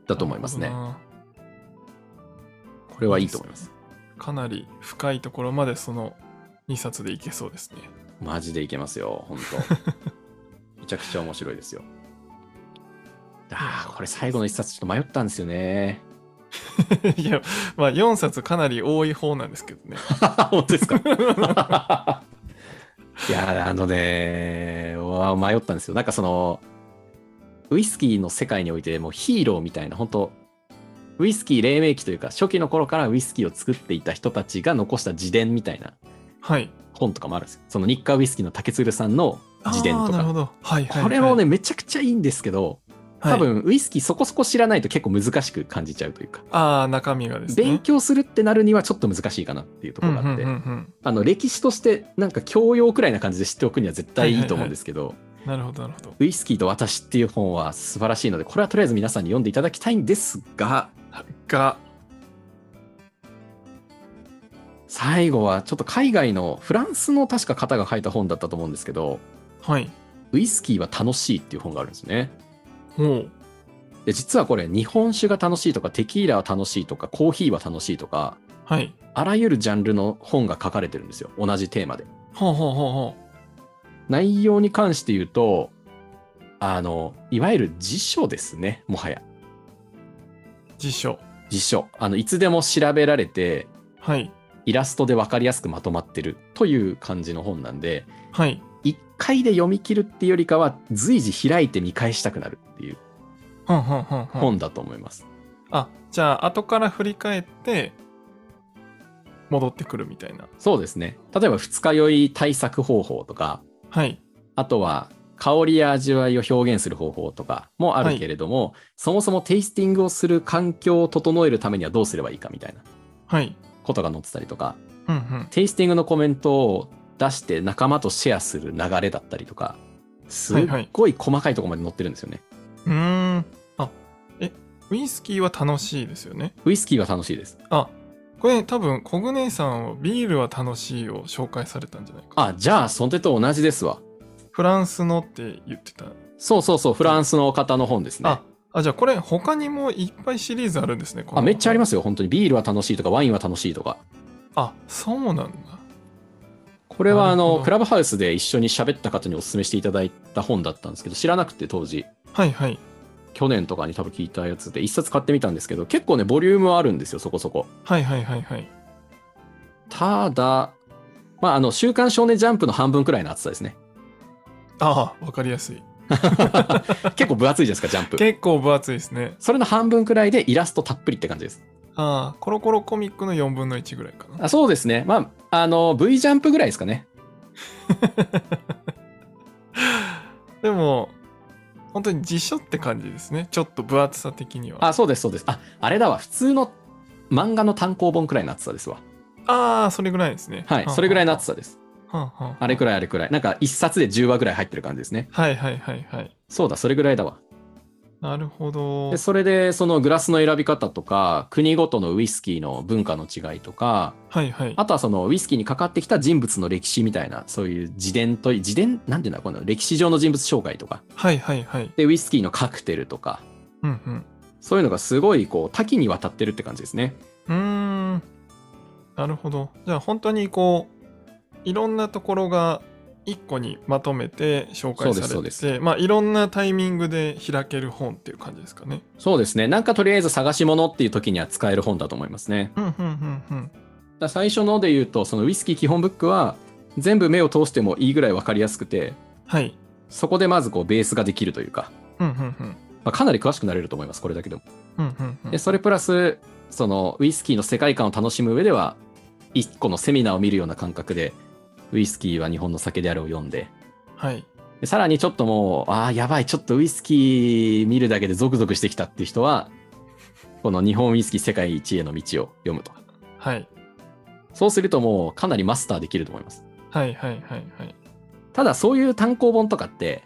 B: だと思いますね
A: な。るほどな
B: これはいいと思います。
A: かなり深いところまでその2冊でいけそうですね
B: マジでいけますよ、本 当めちゃくちゃ面白いですよ。ああ、これ最後の一冊ちょっと迷ったんですよね。
A: いや、まあ4冊かなり多い方なんですけどね。
B: 本当です かいやあのねうわ迷ったんですよなんかそのウイスキーの世界においてもうヒーローみたいな本当ウイスキー黎明期というか初期の頃からウイスキーを作っていた人たちが残した自伝みたいな
A: はい。
B: 本とかもあるんですよその日華ウイスキーの竹鶴さんの自伝
A: あー
B: と
A: なるほ
B: か
A: ど。はいはい、はい。
B: これもね、めちゃくちゃいいんですけど
A: はい、
B: 多分ウイスキーそこそこ知らないと結構難しく感じちゃうというか
A: ああ、中身がですね。
B: 勉強するってなるにはちょっと難しいかなっていうところがあって、
A: うんうんうん
B: あの歴史としてなんか教養くらいな感じで知っておくには絶対いいと思うんですけど、
A: うんなるほど、なるほど。
B: ウイスキーと私っていう本は素晴らしいので、これはとりあえず皆さんに読んでいただきたいんですが、
A: が、
B: 最後はちょっと海外のフランスの確か方が書いた本だったと思うんですけど、
A: はい。
B: ウイスキーは楽しいっていう本があるんですね。
A: もう、
B: で実はこれ日本酒が楽しいとかテキーラは楽しいとかコーヒーは楽しいとか
A: はい。
B: あらゆるジャンルの本が書かれてるんですよ同じテーマで
A: ほうほうほうほ
B: 内容に関して言うとあのいわゆる辞書ですねもはや
A: う。辞書。
B: 辞書あのいつでも調べられて
A: はい。
B: イラストで分かりやすくまとまってるという感じの本なんで
A: はい。
B: 1回で読み切るっていうよりかは随時開いて見返したくなるっていう
A: ほんほんほんほん。
B: 本だと思います、
A: あ、じゃあ、後から振り返って、戻ってくるみたいな。
B: そうですね例えば二日酔い対策方法とか
A: はい。
B: あとは香りや味わいを表現する方法とかもあるけれども、そもそもテイスティングをする環境を整えるためにはどうすればいいかみたいな
A: はい。
B: ことが載ってたりとか
A: うんうん。
B: テイスティングのコメントを出して仲間とシェアする流れだったりとか、すっごい細かいところまで載ってるんですよね。
A: うーん。あ、え、ウイスキーは楽しいですよね。
B: ウイスキーは楽しいです。
A: あこれ多分コグネさんはビールは楽しいを紹介されたんじゃないか
B: あ、じゃあ、それと同じですわ。
A: フランスのって言ってた、
B: そうそうそう、フランスの方の本ですね
A: あ。あじゃあこれ他にもいっぱいシリーズあるんですね
B: あめっちゃありますすよ、本当に。ビールは楽しいとか、ワインは楽しいとか。
A: あそうなんだ
B: これは、あ
A: なるほ
B: の、
A: ど
B: クラブハウスで一緒に喋った方にお勧めしていただいた本だったんですけど、知らなくて当時、
A: はいはい
B: 去年とかに多分聞いたやつで、一冊買ってみたんですけど、結構ね、ボリュームはあるんですよ、そこそこ。
A: はいはいはいはい
B: ただ、まあ、あの、週刊少年ジャンプの半分くらいの厚さ ですね。
A: ああわかりやすい
B: 結構分厚いじゃないですか、ジャンプ。
A: 結構分厚いですね
B: それの半分くらいでイラストたっぷりって感じです。
A: ああコロコロコミックの4分の1ぐらいかな
B: あそうですね。まあ、あの、V ジャンプぐらいですかね。
A: でも本当に辞書って感じですねちょっと分厚さ的には
B: あ、そうです、そうです。あ、あれだわ。普通の漫画の単行本くらいの厚さですわ。
A: あーそれぐらいですね
B: はい。それぐらいの厚
A: さ
B: さです。あれく
A: らい
B: らいあれくらい。なんか一冊で10話ぐらい入ってる感じですね。
A: はいはいはいはい
B: そうだ、それぐらいだわ。
A: なるほど
B: で、それで、そのグラスの選び方とか、国ごとのウイスキーの文化の違いとか、
A: はいはい
B: あとはそのウイスキーにかかってきた人物の歴史みたいな、そういう自伝と、自伝なんていうんだこの歴史上の人物紹介とか、
A: はいはいはい。
B: で、ウイスキーのカクテルとか、
A: うん
B: そういうのがすごいこう多岐にわたってるって感じですね。
A: うん。うーん。なるほど。じゃあ本当にこう、いろんなところが一個にまとめて紹介さ
B: そ
A: れ
B: うで
A: て
B: すそう
A: て、まあいろんなタイミングで開ける本っていう感じですかね。
B: そうですね。なんかとりあえず探し物っていう時には使える本だと思いますね。
A: うんうんうんうん。
B: だから最初ので言うと、そのウイスキー基本ブックは全部目を通してもいいぐらいわかりやすくて、
A: はい。
B: そこでまずこうベースができるというか、
A: うんうんうん。
B: まあ、かなり詳しくなれると思います、これだけでも。
A: うんうんうん
B: で、それプラス、そのウイスキーの世界観を楽しむ上では、一個のセミナーを見るような感覚で、ウイスキーは日本の酒であるを読んで、
A: はい。
B: でさらにちょっともう、ああ、やばい、ちょっとウイスキー見るだけでゾクゾクしてきたっていう人は、この日本ウイスキー世界一への道を読むと。
A: はい。
B: そうするともうかなりマスターできると思います。
A: はいはいはいはい。
B: ただそういう単行本とかって、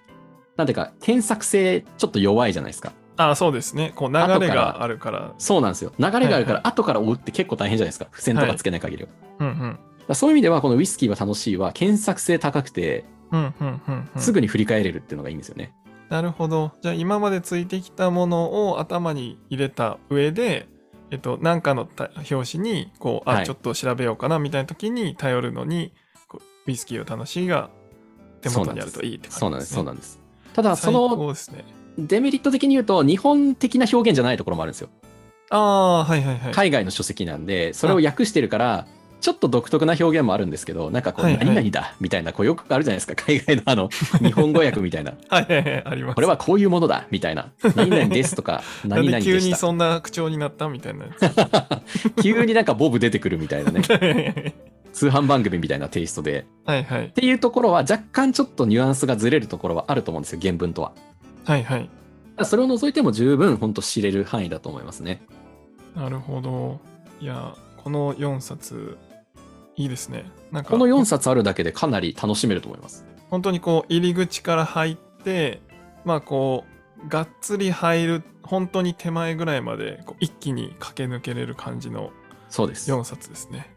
B: なんていうか、検索性ちょっと弱いじゃないですか。
A: ああ、そうですね。こう流
B: 後
A: れ
B: か
A: が
B: ら
A: あるから。
B: そうなんですよ。流れがあるか
A: はいは
B: ら、後から追うって結構大変じゃないですか。付箋とかつけない限りは。
A: う
B: だか
A: んうん。
B: らそういう意味では、このウイスキーは楽しいは、検索性高くて、
A: うんうんうんうん。
B: すぐに振り返れるっていうのがいいんですよね。
A: なるほど。じゃあ今までついてきたものを頭に入れた上で、えっと、なんかのた表紙に、こう、あ、
B: はい
A: ちょっと調べようかなみたいな時に頼るのに、こうウイスキーを楽しいが手元にあるといいって
B: そう
A: 感じで
B: なんです、
A: す、ね。
B: そうなんです。ただ、そ
A: 最
B: の
A: 高ですね。
B: デメリット的に言うと、日本的な表現じゃないところもあるんですよ。
A: ああ、はいはいはい。
B: 海外の書籍なんで、それを訳してるから、ちょっと独特な表現もあるんですけど、なんかこう、
A: はいはい
B: 何々だみたいな、こうよくあるじゃないですか、海外のあ の、日本語訳みたいな。
A: はいはいはい、あります。
B: これはこういうものだみたいな。何々ですとか、
A: なん
B: 何々
A: で
B: で
A: 急に
B: した。
A: そんな口調になったみたいなやつ。 は
B: 急になんかボブ出てくるみたいなね。
A: いはい
B: 通販番組みたいなテイストで。
A: はいはい
B: っ。ていうところは若干ちょっとニュアンスがずれるところはあると思うんですよ、原文とは。
A: はいはい。
B: ただそれを除いても十分本当知れる範囲だと思いますね。
A: なるほど。いや、この4冊、いいですね。なんか、
B: この4冊あるだけでかなり楽しめると思います。
A: 本当にこう入り口から入ってまあこうがっつり入る本当に手前ぐらいまでこう一気に駆け抜けれる感じの
B: そうです。
A: 4冊ですね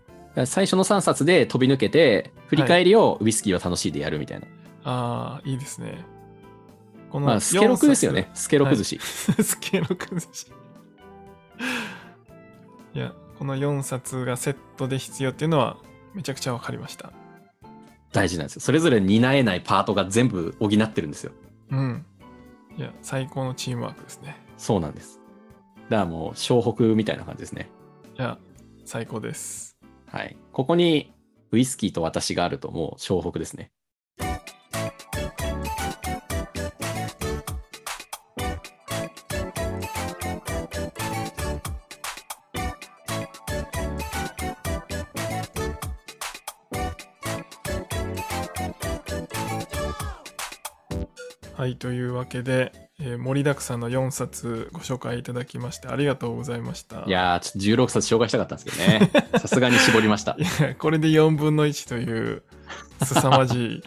B: 最初の3冊で飛び抜けて、振り返りをウイスキーは楽しいでやるみたいな。
A: あーいいですねこ
B: まあ、スケロクですよね。スケロ
A: は
B: ク
A: い
B: 寿司。
A: 4冊 スケロク寿司いやこの4冊がセットで必要っていうのはめちゃくちゃ分かりました
B: 大事なんですよ。それぞれ担えないパートが全部補ってるんですよ。
A: うんいや最高のチームワークですね
B: そうなんです。だからもう、湘北みたいな感じですね。
A: いや最高です
B: はい。ここに、ウイスキーと私があるともう、湘北ですね。
A: はい、というわけで、えー盛りだくさんの4冊ご紹介いただきましてありがとうございました。
B: いやー、ちょっと16冊紹介したかったんですけどね。 さすがに絞りました
A: い。や、 これで4分の1という凄まじい。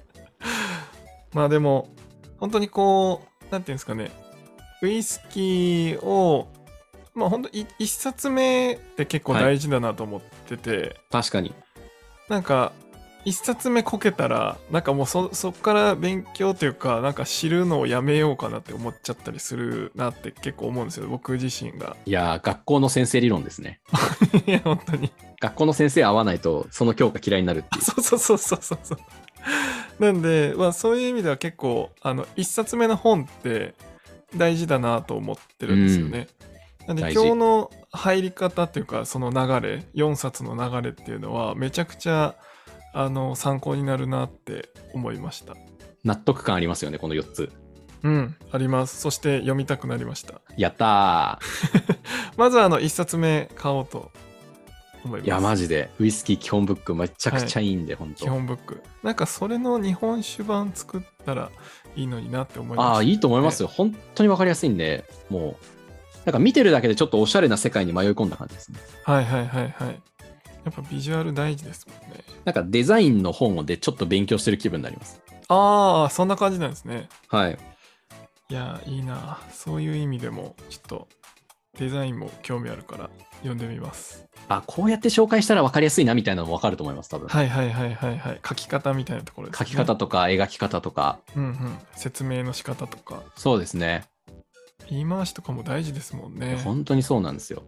A: まあでも、本当にこう、なんていうんですかね、ウイスキーを、まあ本当い1冊目って結構大事だなと思ってて、
B: 確かに。
A: なんか一冊目こけたらなんかもうそそっから勉強というかなんか知るのをやめようかなって思っちゃったりするなって結構思うんですよ僕自身が
B: いやー、学校の先生理論ですね。
A: いや 本当に
B: 学校の先生合わないと、その教科嫌いになるっていう。
A: そうそうそうそうそうそうなんで、まあ、そういう意味では結構あの一冊目の本って大事だなと思ってるんですよね、なんで
B: 大事
A: 今日の入り方っていうかその流れ4冊の流れっていうのはめちゃくちゃあの参考になるなって思いました
B: 納得感ありますよね、この4つ。
A: うん、あります。そして読みたくなりました。
B: やった
A: まずはあの1冊目買おうと思いま
B: ー。
A: す。
B: いや、マジで、ウイスキー基本ブックめちゃくちゃいいんで、本
A: 基
B: 当。
A: 本ブック。なんかそれの日本酒版作ったらいいのになって思いました。
B: ああ、いいと思いますよ。本当にわかりやすいんで、もう、なんか見てるだけでちょっとおしゃれな世界に迷い込んだ感じですね。
A: はいはいはいはい。やっぱビジュアル大事ですもんね。
B: なんかデザインの本をでちょっと勉強してる気分になります。
A: ああ、そんな感じなんですね。
B: はい。
A: いや、いいな。そういう意味でも、ちょっとデザインも興味あるから読んでみます。
B: あ、こうやって紹介したらわかりやすいなみたいなのもわかると思います、多分。
A: はいはいはいはいはい。書き方みたいなところです
B: 書
A: ね。
B: き方とか描き方とか、
A: うんうん。説明の仕方とか。
B: そうですね。
A: 言い回しとかも大事ですもんね。
B: 本当にそうなんですよ。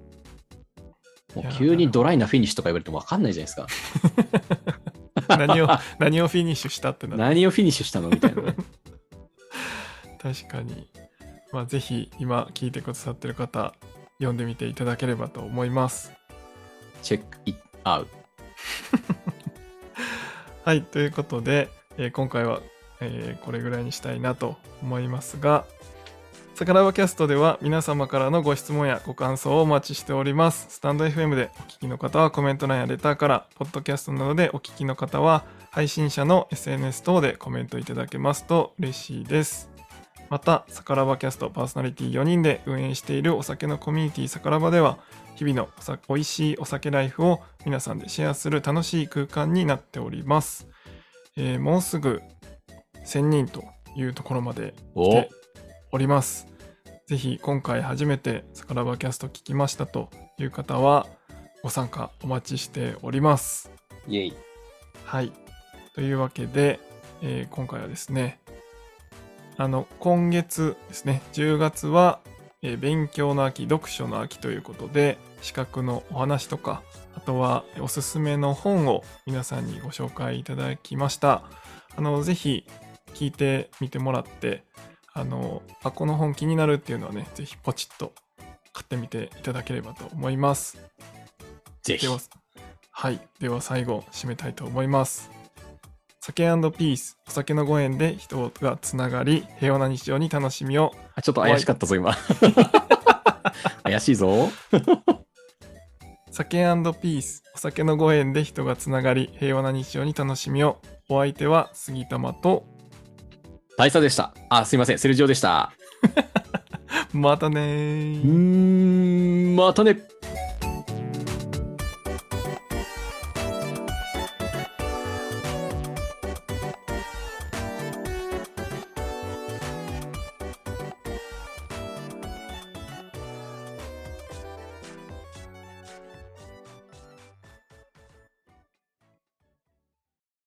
A: い
B: も
A: うや
B: 急にドライなフィニッシュとか言われてもわかんないじゃないですか。
A: 何を何をフィニッシュしたってなっ
B: 何をフィニッシュしたのみたい なね。
A: た確かに、まあ、ぜひ今聞いてくださってる方読んでみていただければと思います
B: チェックイッアウト。
A: はいということで、えー今回は、えーこれぐらいにしたいなと思いますが、さからばキャストでは皆様からのご質問やご感想をお待ちしております。スタンド FM でお聞きの方はコメント欄やレターから、ポッドキャストなどでお聞きの方は配信者の SNS 等でコメントいただけますと嬉しいです。また、さからばキャストパーソナリティ4人で運営しているお酒のコミュニティさからばでは、日々のおさ美味しいお酒ライフを皆さんでシェアする楽しい空間になっております。えーもうすぐ1000人というところまで来
B: お
A: ております。ぜひ今回初めて「さからばキャスト」聞きましたという方はご参加お待ちしております。
B: イエイ。
A: はい。というわけで、えー今回はですね、あの、今月ですね、10月は、えー勉強の秋、読書の秋ということで、資格のお話とか、あとはえーおすすめの本を皆さんにご紹介いただきました。あの、ぜひ聞いてみてもらって、あの、あ、この本気になるっていうのはね、ぜひポチッと買ってみていただければと思います。
B: ぜひ
A: で。は、はい。では最後、締めたいと思います。酒ピース、お酒のご縁で人がつながり、平和な日常に楽しみを。
B: あちょっと怪しかった ぞ、今。怪しいぞ。
A: 酒ピース、お酒のご縁で人がつながり、平和な日常に楽しみを。お相手は杉玉と、
B: 大佐でした。あ、すいません。セルジオでした。
A: またね
B: うー
A: ー。
B: ん、またね。